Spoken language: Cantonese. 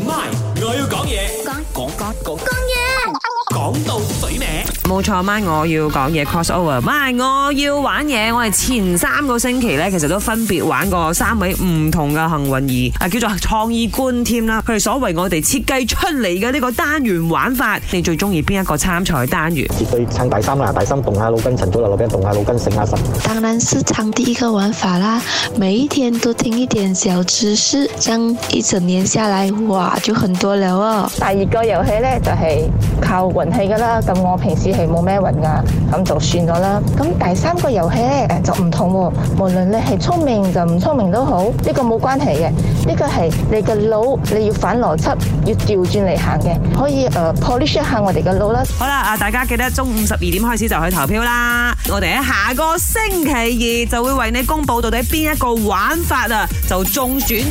我要講嘢，講講講講嘢，講到嘴歪。冇錯，晚我要講嘢 cross over，晚我要玩嘢。我係前三個星期咧，其實都分別玩過三位唔同嘅幸運兒，啊叫做創意官添啦。佢哋所為我哋設計出嚟嘅呢個單元玩法，你最中意邊一個參賽單元？絕對撐大三啦，大三動下腦筋，陳祖立落邊動下腦筋，醒下神。当然是唱第一个玩法啦，每一天都听一点小知识，这样一整年下来，哇，就很多了哦。第二個遊戲呢，就係、靠運氣噶啦，咁我平時係冇咩運噶，咁就算咗啦。咁第三個遊戲呢，誒就唔同喎，無論你係聰明就唔聰明都好，呢、個冇關係嘅，呢、個係你嘅腦，你要反邏輯，要調轉嚟行嘅，可以誒、呃 polish 一下我哋嘅腦啦。好啦，啊大家記得中午十二點開始就去投票啦。我哋喺下個星期二就會為你公佈到底邊一個玩法啊就中選